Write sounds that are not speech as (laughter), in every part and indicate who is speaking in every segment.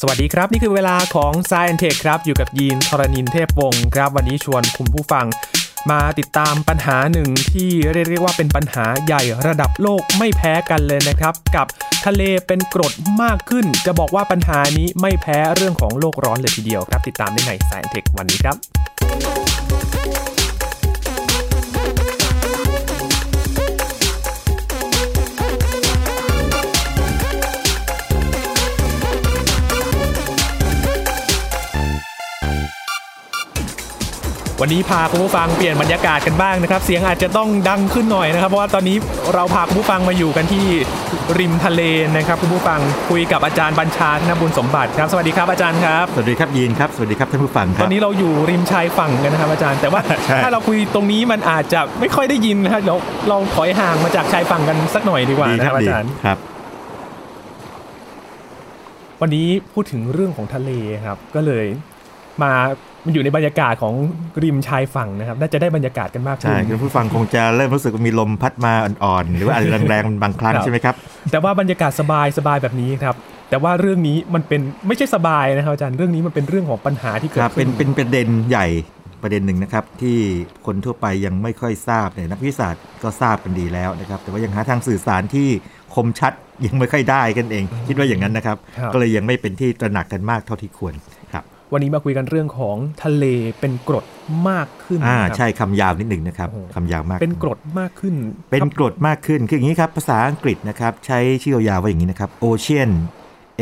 Speaker 1: สวัสดีครับ นี่คือเวลาของ s ซ n t e c h ครับ อยู่กับยีนทรณินเทพวงศ์ครับ วันนี้ชวนคุณผู้ฟัง มาติดตามปัญหาหนึ่งที่เรียกว่าเป็นปัญหาใหญ่ระดับโลกไม่แพ้กันเลยนะครับ กับทะเลเป็นกรดมากขึ้น จะบอกว่าปัญหานี้ไม่แพ้เรื่องของโลกร้อนเลยทีเดียวครับ ติดตามได้ใน s ซ n t e c h วันนี้ครับ วันนี้พาคุณผู้ฟังเปลี่ยนบรรยากาศกันบ้างนะครับ เสียงอาจจะต้องดังขึ้นหน่อยนะครับ เพราะว่าตอนนี้เราพาคุณผู้ฟังมาอยู่กันที่ริมทะเลนะครับคุณผู้ฟังคุยกับอาจารย์บัญชาธนบุญสมบัติครับ สวัสดีครับอาจารย์ครับ
Speaker 2: สวัสดีครับยีนครับ สวัสดีครับท่านผู้ฟัง
Speaker 1: ต
Speaker 2: ครั
Speaker 1: อบ นนี้เราอยู่ริมชายฝั่งกันนะครับอาจารย์ แต่ว่า
Speaker 2: ใช่
Speaker 1: ถ้าเราคุยตรงนี้มันอาจจะไม่ค่อยได้ยินนะครับเดี๋ยวลองถอยห่างมาจากชายฝั่งกันสักหน่อยดีกว่า
Speaker 2: ดี
Speaker 1: นะ
Speaker 2: ค
Speaker 1: ค
Speaker 2: รั
Speaker 1: รั
Speaker 2: บบ
Speaker 1: อา
Speaker 2: ดี
Speaker 1: จารย์
Speaker 2: ครับ
Speaker 1: วันนี้พูดถึงเรื่องของทะเลครับ ก็เลยมามันอยู่ในบรรยากาศของริมชายฝั่งนะครับน่าจะได้บรรยากาศกันมากขึ้
Speaker 2: ใช่
Speaker 1: น
Speaker 2: คุณผู้ฟังคงจะเริ่มรู้สึกว่ามีลมพัดมาอ่อนๆ หรือว่า (laughs) อะไรแรงๆบางครั้ง
Speaker 1: ครับ
Speaker 2: ใช่ไหมครับ
Speaker 1: แต่ว่าบรรยากาศสบายสบายแบบนี้ครับ แต่ว่าเรื่องนี้มันเป็นไม่ใช่สบายนะครับอาจารย์เรื่องนี้มันเป็นเรื่องของปัญหาที่
Speaker 2: ค
Speaker 1: เกิด
Speaker 2: รับ
Speaker 1: ขึ้
Speaker 2: เป็น
Speaker 1: น
Speaker 2: เป็นประเด็นใหญ่ประเด็นหนึ่งนะครับ ที่คนทั่วไปยังไม่ค่อยทราบเนี่ยนักวิทยาศาสตร์ก็ทราบกันดีแล้วนะครับ แต่ว่ายังหาทางสื่อสารที่คมชัดยังไม่ค่อยได้กันเอง คิดว่าอย่างนั้นนะครับ
Speaker 1: ครับ
Speaker 2: ก็เลยยังไม่เป็นที่ตระหนักกันมากเท่าที่ควรครับ
Speaker 1: วันนี้มาคุยกันเรื่องของทะเลเป็นกรดมากขึ้น
Speaker 2: อ่า
Speaker 1: นะครับ
Speaker 2: ใช่คำยาวนิดหนึ่งนะครับ
Speaker 1: โอ้โห
Speaker 2: คำยาวมาก
Speaker 1: เป็นกรดมากขึ้น
Speaker 2: เป็นกรดมากขึ้น คืออย่างนี้ครับ ภาษาอังกฤษนะครับ ใช้ชื่อยาวๆว่าอย่างนี้นะครับ ocean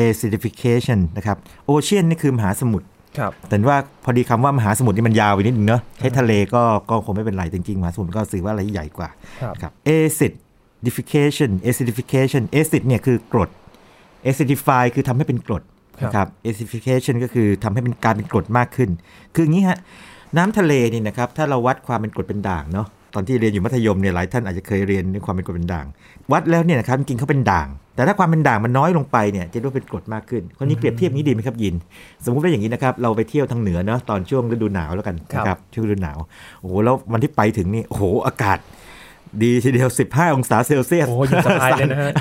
Speaker 2: acidification นะครับ ocean นี่คือมหาสมุทร
Speaker 1: ครับ
Speaker 2: แต่ว่าพอดีคำว่ามหาสมุทรนี่มันยาวไปนิดนึงเนอะใช้ทะเลก็ก็คงไม่เป็นไรจริงๆมหาสมุทรก็สื่อว่าอะไรที่ใหญ่กว่า
Speaker 1: ครับ
Speaker 2: ครับ acidification acidification acid เนี่ยคือกรด acidify คือทำให้เป็นกรดนะครับ acidification ก็คือทำให้เป็นการเป็นกรดมากขึ้น คืออย่างนี้ฮะน้ำทะเลนี่นะครับถ้าเราวัดความเป็นกรดเป็นด่างเนาะตอนที่เรียนอยู่มัธยมเนี่ยหลายท่านอาจจะเคยเรียนเรื่องความเป็นกรดเป็นด่าง วัดแล้วเนี่ยนะครับจริงๆเขาเป็นด่าง แต่ถ้าความเป็นด่างมันน้อยลงไปเนี่ยจะเรียกว่าเป็นกรดมากขึ้นคนนี้เปรียบเทียบอย่างนี้ดีไหมครับยิน สมมุติว่าอย่างนี้นะครับเราไปเที่ยวทางเหนือเนาะตอนช่วงฤดูหนาวแล้วกัน
Speaker 1: ครับ
Speaker 2: นะครับช่วงฤดูหนาวโอ้โหแล้ววันที่ไปถึงนี่โอ้โหอากาศ ดีทีเดียว 15 องศาเซลเซียส
Speaker 1: โอ้ยสบายเลยนะฮะ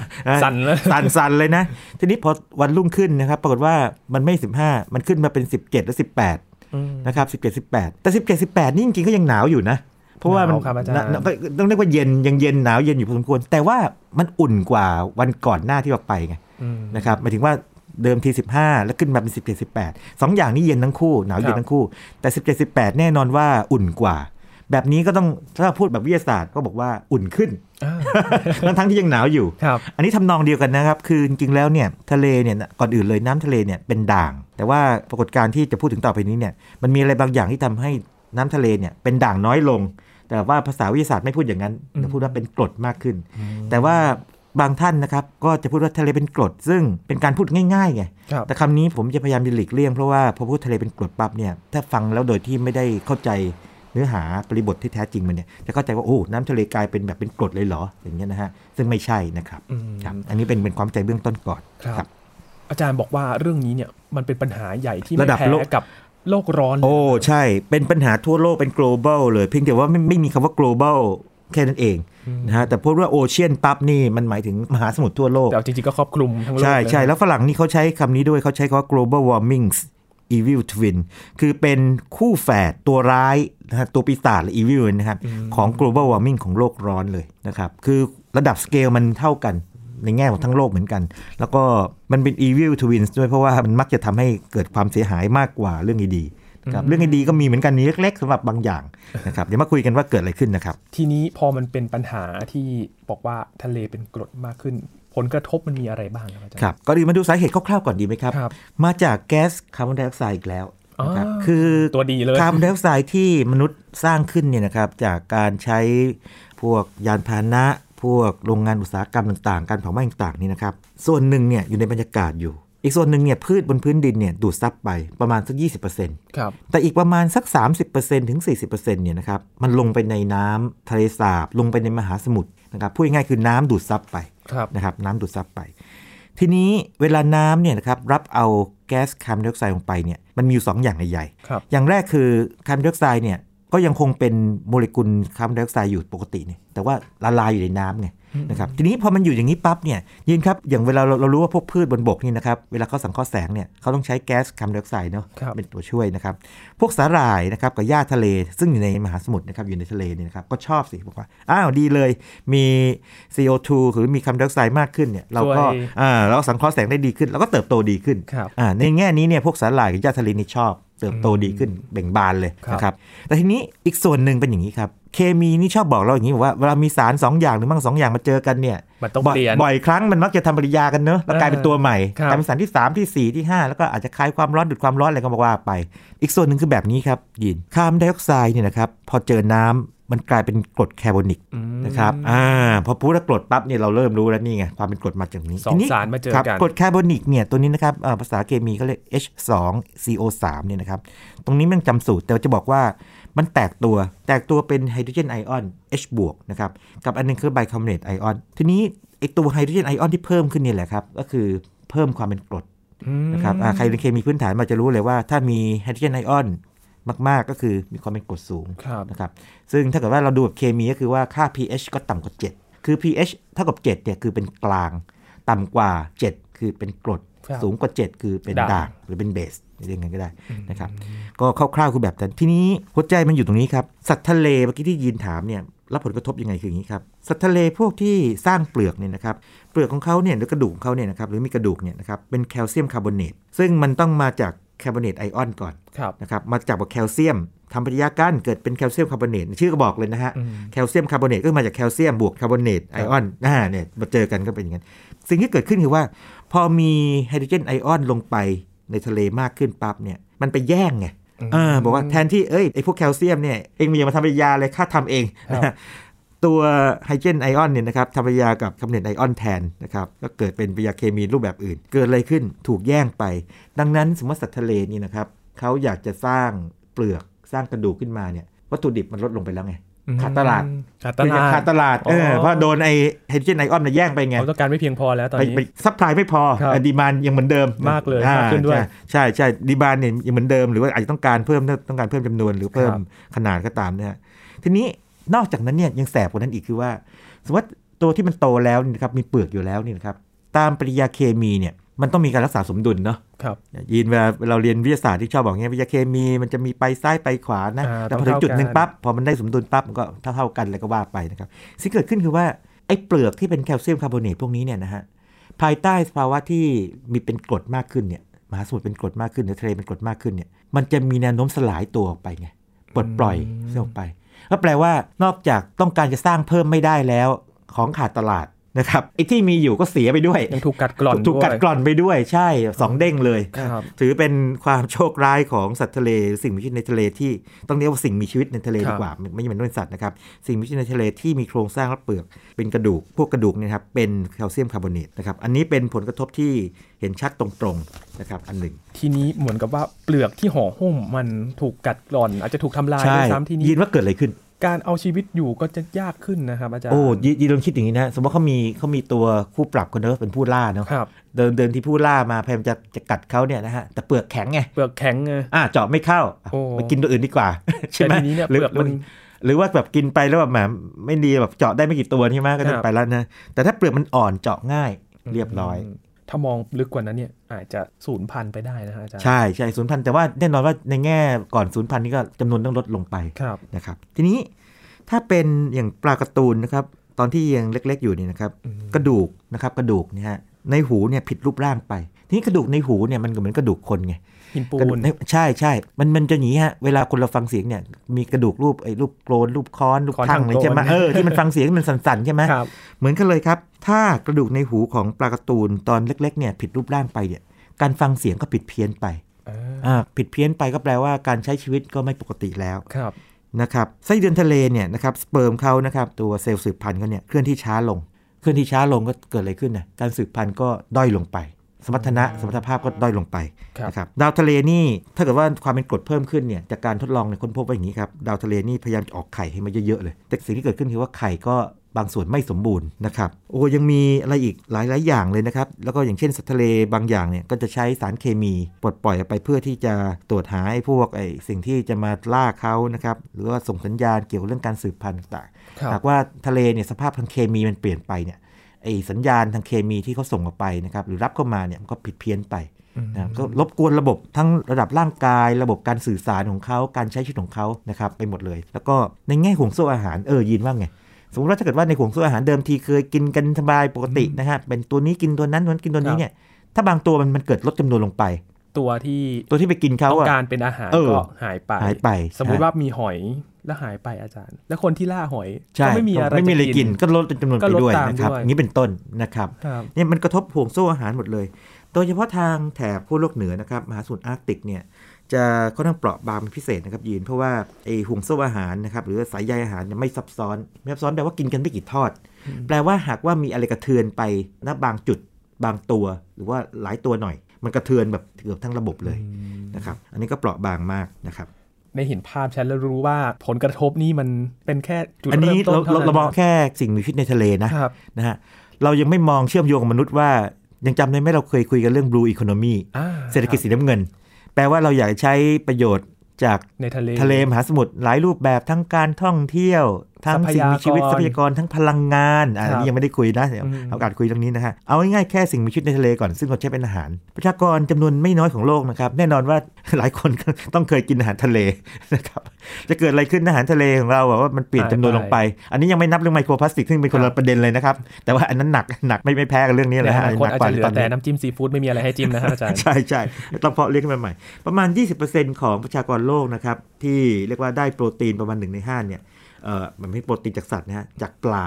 Speaker 1: สั่
Speaker 2: สั่
Speaker 1: นแล้ว
Speaker 2: สั่นสั่นเลยนะ ทีนี้พอวันรุ่งขึ้นนะครับ ปรากฏว่ามันไม่ 15 มันขึ้นมาเป็น 17 และ
Speaker 1: อืม
Speaker 2: 18 นะครับ 17 18 แต่ 17 18 นี่จริงๆก็ยังหนาวอยู่นะ เพราะว่ามั
Speaker 1: ห
Speaker 2: น
Speaker 1: นาวครับอาจารย์
Speaker 2: นะก็ต้องเรียกว่าเย็นยังเย็นหนาวเย็นอยู่พอสมควร แต่ว่ามันอุ่นกว่าวันก่อนหน้าที่เราไปไง
Speaker 1: อืม
Speaker 2: นะครับหมายถึงว่าเดิมที 15 แล้วขึ้นมาเป็น 17 18สองอย่างนี้เย็นทั้งคู่ หนาวเย็
Speaker 1: ครั
Speaker 2: น
Speaker 1: บ
Speaker 2: ทั้งคู่ แต่ 17 18 แน่นอนว่าอุ่นกว่า แบบนี้ก็ต้องถ้าพูดแบบวิทยาศาสตร์ก็บอกว่าอุ่นขึ้น
Speaker 1: อ่า
Speaker 2: ทั้งทั้งที่ยังหนาวอยู่
Speaker 1: ครับ
Speaker 2: อันนี้ทำนองเดียวกันนะครับ คือจริงๆแล้วเนี่ยทะเลเนี่ยก่อนอื่นเลยน้ำทะเลเนี่ยเป็นด่าง แต่ว่าปรากฏการณ์ที่จะพูดถึงต่อไปนี้เนี่ยมันมีอะไรบางอย่างที่ทำให้น้ำทะเลเนี่ยเป็นด่างน้อยลง แต่ว่าภาษาวิทยาศาสตร์ไม่พูดอย่างนั้นจะพูดว่าเป็นกรดมากขึ้น แต่ว่าบางท่านนะครับก็จะพูดว่าทะเลเป็นกรด ซึ่งเป็นการพูดง่ายๆไง
Speaker 1: ครับ
Speaker 2: แต่คำนี้ผมจะพยายามจะหลีกเลี่ยงเพราะว่าพอพูดทะเลเป็นกรดปั๊บเนี่ยถ้าฟังแล้วโดยที่ไม่ได้เข้าใจเนื้อหาบริบทที่แท้จริงมันเนี่ยจะเข้าใจว่าโอ้น้ำทะเลกลายเป็นแบบเป็นกรดเลยเหรออย่างเงี้ยนะฮะซึ่งไม่ใช่นะครับ
Speaker 1: อืม
Speaker 2: ครับอันนี้เป็นเป็นความเข้าใจเบื้องต้นก่อน
Speaker 1: ครับ อาจารย์บอกว่าเรื่องนี้เนี่ยมันเป็นปัญหาใหญ่ที่ไม่
Speaker 2: ระดับ
Speaker 1: แพ้
Speaker 2: โลก
Speaker 1: กับโลกร้อนเลย
Speaker 2: โอ้ ใช่ เป็นปัญหาทั่วโลกเป็น global เลย เพียงแต่ว่าไม่ไม่มีคำว่า global แค่นั้นเองนะฮะแต่พูดว่าโอเชียนปั๊บนี่มันหมายถึงมหาสมุทรทั่วโลก
Speaker 1: แต่เอาจริงๆก็ครอบคลุมทั้งโลก
Speaker 2: ใช่
Speaker 1: เลย
Speaker 2: ใช่แล้วฝรั่งนี่เขาใช้คำนี้ด้วยเขาใช้คำว่า global warming evil twin คือเป็นคู่แฝดตัวร้ายนะฮะตัวปีศาจหรือ evil นะครับของ global warming ของโลกร้อนเลยนะครับ คือระดับสเกลมันเท่ากันในแง่ของทั้งโลกเหมือนกัน แล้วก็มันเป็น evil twins ด้วยเพราะว่ามันมักจะทำให้เกิดความเสียหายมากกว่าเรื่องดีๆนะครับเรื่องดีๆก็มีเหมือนกันนี้เล็กๆสำหรับบางอย่างนะครับเดี๋ยวมาคุยกันว่าเกิดอะไรขึ้นนะครับ
Speaker 1: ทีนี้พอมันเป็นปัญหาที่บอกว่าทะเลเป็นกรดมากขึ้น ผลกระทบมันมีอะไรบ้างครับอาจารย์
Speaker 2: ครับก่อนอื่นมาดูสาเหตุคร่าวๆก่อนดีไหมครับ
Speaker 1: ครับ
Speaker 2: มาจากแก๊สคาร์บอนไดออกไซด์อีกแล้วนะครับ
Speaker 1: อ๋อ
Speaker 2: คือ
Speaker 1: ตัวดีเลย
Speaker 2: คาร์บอนไดออกไซด์ที่มนุษย์สร้างขึ้นเนี่ยนะครับจากการใช้พวกยานพาหนะ พวกโรงงานอุตสาหกรรมต่างๆ การเผาไหม้ต่างๆนี่นะครับ ส่วนหนึ่งเนี่ยอยู่ในบรรยากาศอยู่ อีกส่วนหนึ่งเนี่ยพืชบนพื้นดินเนี่ยดูดซับไปประมาณสัก 20%
Speaker 1: ครับ
Speaker 2: แต่อีกประมาณสัก 30%ถึง 40%เนี่ยนะครับ มันลงไปในน้ำทะเลสาบ ลงไปในมหาสมุทรนะครับ พูดง่ายๆคือน้ำดูดซับไป
Speaker 1: ครับ
Speaker 2: นะครับ น้ำดูดซับไป ทีนี้เวลาน้ำเนี่ยนะครับรับเอาแก๊สคาร์บอนไดออกไซด์ลงไปเนี่ย มันมีอยู่ 2 อย่างใหญ่ๆ
Speaker 1: ครับ
Speaker 2: อย่างแรกคือคาร์บอนไดออกไซด์เนี่ยก็ยังคงเป็นโมเลกุลคาร์บอนไดออกไซด์อยู่ปกติเนี่ยแต่ว่าละลายอยู่ในน้ำไง นะครับทีนี้พอมันอยู่อย่างนี้ปั๊บเนี่ยยินครับอย่างเวลาเราเรารู้ว่าพวกพืชบนบกนี่นะครับเวลาเขาสังเคราะห์แสงเนี่ยเขาต้องใช้แก๊สคาร์บอนไดออกไซด์เนาะ
Speaker 1: ครับ
Speaker 2: เป็นตัวช่วยนะครับ พวกสาหร่ายนะครับกับหญ้าทะเล ซึ่งอยู่ในมหาสมุทรนะครับอยู่ในทะเลเนี่ยนะครับก็ชอบสิบอกว่าอ้าวดีเลยมี CO2 หรือมีคาร์บอนไดออกไซด์มากขึ้นเนี่ยเราก็
Speaker 1: ช่วย
Speaker 2: อ่าเราก็สังเคราะห์แสงได้ดีขึ้น แล้วก็เติบโตดีขึ้น
Speaker 1: ครับ
Speaker 2: อ่าในแง่นี้เนี่ยพวกสาหร่ายกับหญ้าทะเลนี่ชอบ เติบโตดีขึ้นเบ่งบานเลย
Speaker 1: ครับ
Speaker 2: นะครับแต่ทีนี้อีกส่วนหนึ่งเป็นอย่างนี้ครับ เคมีนี่ชอบบอกเราอย่างนี้บอกว่าเวลามีสาร 2 อย่างหรือมั่งสองอย่างมาเจอกันเนี่ย
Speaker 1: มันต้อง
Speaker 2: บ่อย
Speaker 1: เปลี่ยน
Speaker 2: บ่อยครั้งมันมักจะทำปฏิกิริยากันเนอะแล้วกลายเป็นตัวใหม่
Speaker 1: ครับ
Speaker 2: กลายเป็นสารที่ 3 ที่ 4 ที่ 5 แล้วก็อาจจะคลายความร้อนดูดความร้อนอะไรก็บอกว่าไป อีกส่วนหนึ่งคือแบบนี้ครับยินคาร์บอนไดออกไซด์เนี่ยนะครับพอเจอน้ำมันกลายเป็นกรดแคร์โบนิก
Speaker 1: อืม
Speaker 2: นะครับอ่าพอพูดถึงกรดปั๊บเนี่ยเราเริ่มรู้แล้วนี่ไงความเป็นกรดมาจากนี้
Speaker 1: สอง
Speaker 2: ทีนี้
Speaker 1: สารมาเจอ
Speaker 2: ครับ
Speaker 1: กัน
Speaker 2: กรดคาร์บอนิกเนี่ยตัวนี้นะครับเอ่อภาษาเคมีเขาเรียก H2CO3 เนี่ยนะครับ ตรงนี้ไมันจำสูตร แต่ว่าจะบอกว่ามันแตกตัวแตกตัวเป็นไฮโดรเจนไอออน H บวกนะครับ กับอันหนึงคือไบคาร์บอเนตไอออนทีนี้ไอตัวไฮโดรเจนไอออนที่เพิ่มขึ้นเนี่ยแหละครับ ก็คือเพิ่มความเป็นกรดนะครับอ่าใครเรียนเคมีพื้นฐานมาจะรู้เลยว่าถ้ามีไฮโดรเจนไอออนมาก ๆ ก็คือมีความเป็นกรดสูง
Speaker 1: ครับ
Speaker 2: นะครับซึ่งถ้าเกิดว่าเราดูแบบเคมีก็คือว่าค่า pH ก็ต่ำกว่า 7 คือ pH เท่ากับ 7เนี่ยคือเป็นกลาง ต่ำกว่า 7 คือเป็นกรด
Speaker 1: ครับ
Speaker 2: สูงกว่า 7 คือเป็น
Speaker 1: ด่าง
Speaker 2: ด่างหรือเป็นเบสเรียกกันก็ได้นะครับก็คร่าวๆคือแบบนั้นทีนี้หัวใจมันอยู่ตรงนี้ครับ สัตว์ทะเลเมื่อกี้ที่ยีนถามเนี่ยรับผลกระทบยังไงคืออย่างนี้ครับสัตว์ทะเลพวกที่สร้างเปลือกเนี่ยนะครับเปลือกของเขาเนี่ยหรือกระดูกของเขาเนี่ยนะครับหรือมีกระดูกเนี่ยนะครับเป็นแคลเซียมคาร์บอเนตซึ่งมันต้องมาจากคาร์บอเนตไอออนก่อน
Speaker 1: ครับ
Speaker 2: นะครับมาจากบอกแคลเซียมทำปฏิกิริยากันเกิดเป็นแคลเซียมคาร์บอเนตชื่อก็บอกเลยนะฮะ
Speaker 1: อืม
Speaker 2: แคลเซียมคาร์บอเนตก็มาจากแคลเซียมบวกคาร์บอเนตไอออนอ่าเนี่ยมาเจอกันก็เป็นอย่างนั้นสิ่งที่เกิดขึ้นคือว่า พอมีไฮโดรเจนไอออนลงไปในทะเลมากขึ้นปั๊บเนี่ยมันไปแย่งไง
Speaker 1: อืม
Speaker 2: เออบอกว่าแทนที่เอ้ยไอพวกแคลเซียมเนี่ยเองมีอย่ามาทำปฏิกิริยาเลยข้าทำเอง
Speaker 1: ครับ
Speaker 2: นะฮะตัวไฮเจนไอออนเนี่ยนะครับทำปฏิกิริยากับคาร์บอเนตไอออนแทนนะครับก็เกิดเป็นปฏิกิริยาเคมีรูปแบบอื่น เกิดอะไรขึ้นถูกแย่งไป ดังนั้นสมมติสัตว์ทะเลนี่นะครับเขาอยากจะสร้างเปลือกสร้างกระดูกขึ้นมาเนี่ยวัตถุดิบมันลดลงไปแล้วไง ขาดตลาด
Speaker 1: ขาดต
Speaker 2: เป็น
Speaker 1: ลาด
Speaker 2: ขาดตลาดเออ
Speaker 1: อ๋อ
Speaker 2: เพราะโดนไอไฮโดรเจนไอออนมาแย่งไปไง
Speaker 1: เขาต้องการไม่เพียงพอแล้วตอน
Speaker 2: ไป
Speaker 1: นี้
Speaker 2: ไปซัพพลายไม่พอ
Speaker 1: ครับ
Speaker 2: ดีมานยังเหมือนเดิม
Speaker 1: มากเลย
Speaker 2: อ่
Speaker 1: มากขึ้นด้วย
Speaker 2: ใช่ใช่ดีมานเนี่ยยังเหมือนเดิมหรือว่าอาจจะต้องการเพิ่มต้องการเพิ่มจำนวนหรือเพิ่ม
Speaker 1: ครับ
Speaker 2: ขนาดก็ตามนะฮะทีนี้นอกจากนั้นเนี่ยยังแสบกว่านั้นอีกคือว่า สมมติตัวที่มันโตแล้วนี่นะครับมีเปลือกอยู่แล้วนี่นะครับตามปริยาเคมีเนี่ยมันต้องมีการรักษาสมดุลเนาะ
Speaker 1: ครับ
Speaker 2: ยีนเวลาเราเรียนวิทยาศาสตร์ที่ชอบบอกเงี้ยวิทยาเคมีมันจะมีไปซ้ายไปขวานะ
Speaker 1: อ่า
Speaker 2: แต่พ
Speaker 1: ต้อง
Speaker 2: อถึง
Speaker 1: เท่า
Speaker 2: จุดหนึ่ง
Speaker 1: กัน
Speaker 2: ปั๊บพอมันได้สมดุลปั๊บมันก็เท่าเท่าๆกันแล้วก็ว่าไปนะครับสิ่งเกิดขึ้นคือว่าไอ้เปลือกที่เป็นแคลเซียมคาร์บอเนตพวกนี้เนี่ยนะฮะภายใต้สภาวะที่มีเป็นกรดมากขึ้นเนี่ยมหาสมุทรเป็นกรดมากขึ้นหรือทะเลเป็นกรดมากขึ้นเนี่ยมันจะมีแนวโน้มสลายตัวออกไปไงปลดปล่อยเสียออกไปก็แปลว่านอกจากต้องการจะสร้างเพิ่มไม่ได้แล้วของขาดตลาดนะครับไอ้ที่มีอยู่ก็เสียไปด้วย
Speaker 1: ยังถูกกัดกร่อน
Speaker 2: ถูกกัด
Speaker 1: ด้วย
Speaker 2: กร่อนไปด้วยใช่สองเด้งเลย
Speaker 1: ครับ
Speaker 2: ถือเป็นความโชคร้ายของสัตว์ทะเลหรือสิ่งมีชีวิตในทะเลที่ต้องเรียกว่าสิ่งมีชีวิตในทะเล
Speaker 1: ครับ
Speaker 2: ดีกว่าไม่ไม่ใช่เหมือนสัตว์นะครับสิ่งมีชีวิตในทะเลที่มีโครงสร้างและเปลือก เป็นกระดูกพวกกระดูกเนี่ยนะครับเป็นแคลเซียมคาร์บอเนตนะครับอันนี้เป็นผลกระทบที่เห็นชัดตรงๆนะครับอันหนึ่ง
Speaker 1: ทีนี้เหมือนกับว่าเปลือกที่ห่อหุ้มมันถูกกัดกร่อน อาจจะถูกทำลายด้วยซ้ำทีนี้
Speaker 2: ยินว่าเกิดอะไรขึ้น
Speaker 1: การเอาชีวิตอยู่ก็จะยากขึ้นนะครับอาจารย์
Speaker 2: โอ้ยยีนลองคิดอย่างนี้นะสมมติว่าเขามีเขามีตัวคู่ปรับคนเนอะเป็นผู้ล่าเนาะ
Speaker 1: ครับ
Speaker 2: เดินเดินที่ผู้ล่ามาพยายามจะจะกัดเขาเนี่ยนะฮะแต่เปลือกแข็งไง
Speaker 1: เปลือกแข็งไง
Speaker 2: อ่าเจาะไม่เข้า
Speaker 1: โอ้
Speaker 2: ไปกินตัวอื่นดีก
Speaker 1: (laughs)
Speaker 2: ว่า ใช่
Speaker 1: แต่
Speaker 2: ไหม
Speaker 1: ทีนี้เนี่ย
Speaker 2: หรื
Speaker 1: เปลือกมัน
Speaker 2: หรือว่าแบบกินไปแล้วแบบแหมไม่ดีแบบเจาะได้ไม่กี่ตัวใช่ไหมก็ต้อ
Speaker 1: ค
Speaker 2: ง
Speaker 1: รับ
Speaker 2: ไปแล้วนะแต่ถ้าเปลือกมันอ่อนเจาะง่ายเรียบร้อย
Speaker 1: มถ้ามองลึกกว่านั้นเนี่ยอาจจะสูญพันธุ์ไปได้นะฮะอาจารย์
Speaker 2: ใช่ใช่ศูนย์พันธุ์แต่ว่าแน่นอนว่าในแง่ก่อนศูนย์พันธุ์นี่ก็จำนวนต้องลดลงไป
Speaker 1: ครับ
Speaker 2: นะครับ ทีนี้ถ้าเป็นอย่างปลาการะตูนนะครับ ตอนที่ยังเล็ก ๆ อยู่นี่นะครับ
Speaker 1: อืม
Speaker 2: กระดูกนะครับกระดูกเนี่ยฮะในหูเนี่ยผิดรูปร่างไป ทีนี้กระดูกในหูเนี่ยมันก็เหมือนกระดูกคนไง
Speaker 1: หินปู
Speaker 2: กระดู
Speaker 1: น
Speaker 2: กในใช่ใช่ มันมันจะหนีฮะ เวลาคนเราฟังเสียงเนี่ย มีกระดูกรูปไอ้รูปโกลนรูปค้อน รูป
Speaker 1: ค้อน
Speaker 2: ทั้งอะไร
Speaker 1: ทางโกน
Speaker 2: ใช่ไหมเออ ที่มันฟังเสียงมันสั่นๆใช่ไหม
Speaker 1: ครับ
Speaker 2: เหมือนกันเลยครับ ถ้ากระดูกในหูของปลาการะตูนตอนเล็กๆเนี่ยผิดรูปร่างไปเนี่ย การฟังเสียงก็ผิดเพี้ยนไป
Speaker 1: อ่า
Speaker 2: อ่า ผิดเพี้ยนไปก็แปลว่าการใช้ชีวิตก็ไม่ปกติแล้ว
Speaker 1: ครับ
Speaker 2: นะครับไส้เดือนทะเลเนี่ยนะครับสเปิร์มเขานะครับตัวเซลล์สืบพันธุ์เขาเนี่ยเคลื่อนที่ช้าลง เคลื่อนที่ช้าลงก็เกิดอะไรขึ้นนะการสืบพันธุ์ก็ด้อยลงไป สมรรถนะสมรรถภาพก็ด้อยลงไป
Speaker 1: ครับ
Speaker 2: นะครับดาวทะเลนี่ถ้าเกิดว่าความเป็นกรดเพิ่มขึ้นเนี่ยจากการทดลองเนี่ยค้นพบว่าอย่างนี้ครับดาวทะเลนี่พยายามจะออกไข่ให้มันเยอะๆเลย แต่สิ่งที่เกิดขึ้นคือว่าไข่ก็ บางส่วนไม่สมบูรณ์นะครับ โอ้ยังมีอะไรอีกหลาย ๆ อย่างเลยนะครับ แล้วก็อย่างเช่นสัตว์ทะเลบางอย่างเนี่ยก็จะใช้สารเคมีปลดปล่อยออกไปเพื่อที่จะตรวจหาไอ้พวกไอ้สิ่งที่จะมาล่าเขานะครับ หรือว่าส่งสัญญาณเกี่ยวกับเรื่องการสืบพันธุ์ต่าง
Speaker 1: ครับ
Speaker 2: ๆหากว่าทะเลเนี่ยสภาพทางเคมีมันเปลี่ยนไปเนี่ยไอ้สัญญาณทางเคมีที่เขาส่งออกไปนะครับหรือรับเข้ามาเนี่ยมันก็ผิดเพี้ยนไป นะครับก็รบกวนระบบทั้งระดับร่างกาย ระบบการสื่อสารของเขาการใช้ชีวิตของเขานะครับไปหมดเลย แล้วก็ในแง่ห่วงโซ่อาหารเออยินว่าไง สมมติว่าถ้าเกิดว่าในห่วงโซ่อาหารเดิมทีเคยกินกันสบายปกตินะฮะเป็นตัวนี้กินตัวนั้นตัวนั้นกินตัวนี้เนี่ยถ้าบางตัวมันมันเกิดลดจำนวนลงไป
Speaker 1: ตัวที่
Speaker 2: ตัวที่ไปกินเขา
Speaker 1: ต้อง
Speaker 2: อะ
Speaker 1: การเป็นอาหาร
Speaker 2: เออ
Speaker 1: ก็หายไป
Speaker 2: หายไป
Speaker 1: สมมุติ
Speaker 2: ฮะ
Speaker 1: ว่ามีหอยแล้วหายไปอาจารย์ แล้วคนที่ล่าหอย
Speaker 2: ใช่
Speaker 1: ก็ไม่มีอะไร
Speaker 2: ไม่มีอะไร
Speaker 1: จะ
Speaker 2: กินก็ลดจำนวน
Speaker 1: ก็
Speaker 2: ไป
Speaker 1: ลด
Speaker 2: ด้วย
Speaker 1: ตาม
Speaker 2: นะครับ
Speaker 1: ด้วย
Speaker 2: อย่างนี้เป็นต้นนะครับ
Speaker 1: ครับ
Speaker 2: เนี่ยมันกระทบห่วงโซ่อาหารหมดเลย โดยเฉพาะทางแถบพวกโลกเหนือนะครับมหาสมุทรอาร์กติกเนี่ยจะค่อนข้างเปราะบางเป็นพิเศษนะครับยีน เพราะว่าไอห่วงโซ่อาหารนะครับหรือสายใยอาหารเนี่ยไม่ซับซ้อนไม่ซับซ้อนแปลว่ากินกันไม่กี่ทอด แปลว่าหากว่ามีอะไรกระเทือนไปณบางจุดบางตัว หรือว่าหลายตัวหน่อย มันกระเทือนแบบเกือบทั้งระบบเลยนะครับอันนี้ก็เปราะบางมากนะครับ
Speaker 1: ในเห็นภาพชัดแล้วรู้ว่าผลกระทบนี่มันเป็นแค่จุด
Speaker 2: อันนี้
Speaker 1: เริ่มต้น
Speaker 2: เรา
Speaker 1: เท่า
Speaker 2: เรา
Speaker 1: นั้น
Speaker 2: เรามองแค่สิ่งมีชีวิตในทะเลนะ
Speaker 1: ครับ
Speaker 2: นะฮะเรายังไม่มองเชื่อมโยงกับมนุษย์ว่า ยังจำได้ไหมเราเคยคุยกันเรื่อง blue economy
Speaker 1: อ่า
Speaker 2: เศรษฐกิจสีน้ำเงิน แปลว่าเราอยากใช้ประโยชน์จาก
Speaker 1: ในทะเล
Speaker 2: ทะเลมหาสมุทรหลายรูปแบบทั้งการท่องเที่ยว ทั้งสิ่งมีชีวิต
Speaker 1: ท
Speaker 2: ท
Speaker 1: รั
Speaker 2: รั
Speaker 1: พยาย
Speaker 2: พาก ก
Speaker 1: ร
Speaker 2: รทั้งพลังงานอะ
Speaker 1: ครั
Speaker 2: อัน
Speaker 1: บ
Speaker 2: นี้ยังไม่ได้คุยนะเดี๋ยว
Speaker 1: อืม
Speaker 2: เอาโอกาสคุยตรงนี้นะฮะเอาง่ายๆแค่สิ่งมีชีวิตในทะเลก่อนซึ่งเราใช้เป็นอาหาร ประชากรจำนวนไม่น้อยของโลกนะครับแน่นอนว่า หลายคน (laughs) ต้องเคยกินอาหารทะเล (laughs) นะครับจะเกิดอะไรขึ้นอาหารทะเลของเราอะว่ามันเปลี่ยนจำนวนลงไป อันนี้ยังไม่นับเรื่องไมโครพลาสติกซึ่งเป็นคนละประเด็นเลยนะครับ แต่ว่าอันนั้นหนักหนักไม่ไม่แพ้กับเรื่องนี้
Speaker 1: ใน
Speaker 2: เลย
Speaker 1: อ
Speaker 2: ฮะ
Speaker 1: นาคตอาจจะเหลือ
Speaker 2: ห
Speaker 1: แต่
Speaker 2: นี้
Speaker 1: น้ำจิ้มซีฟู้ดไม่มีอะไรให้จิ้มนะฮะอาจารย์
Speaker 2: ใช่ (laughs) ใช่ต้องเพาะเลี้ยงขึ้นมาใหม่ ประมาณ 20%ของประชากรโลกนะครับ ที่เรียกว่าได้โปรตีนประมาณ 1 ใน 5 เนี่ยเออมันไม่ใช่โปรตีนจากสัตว์นะฮะจากปลา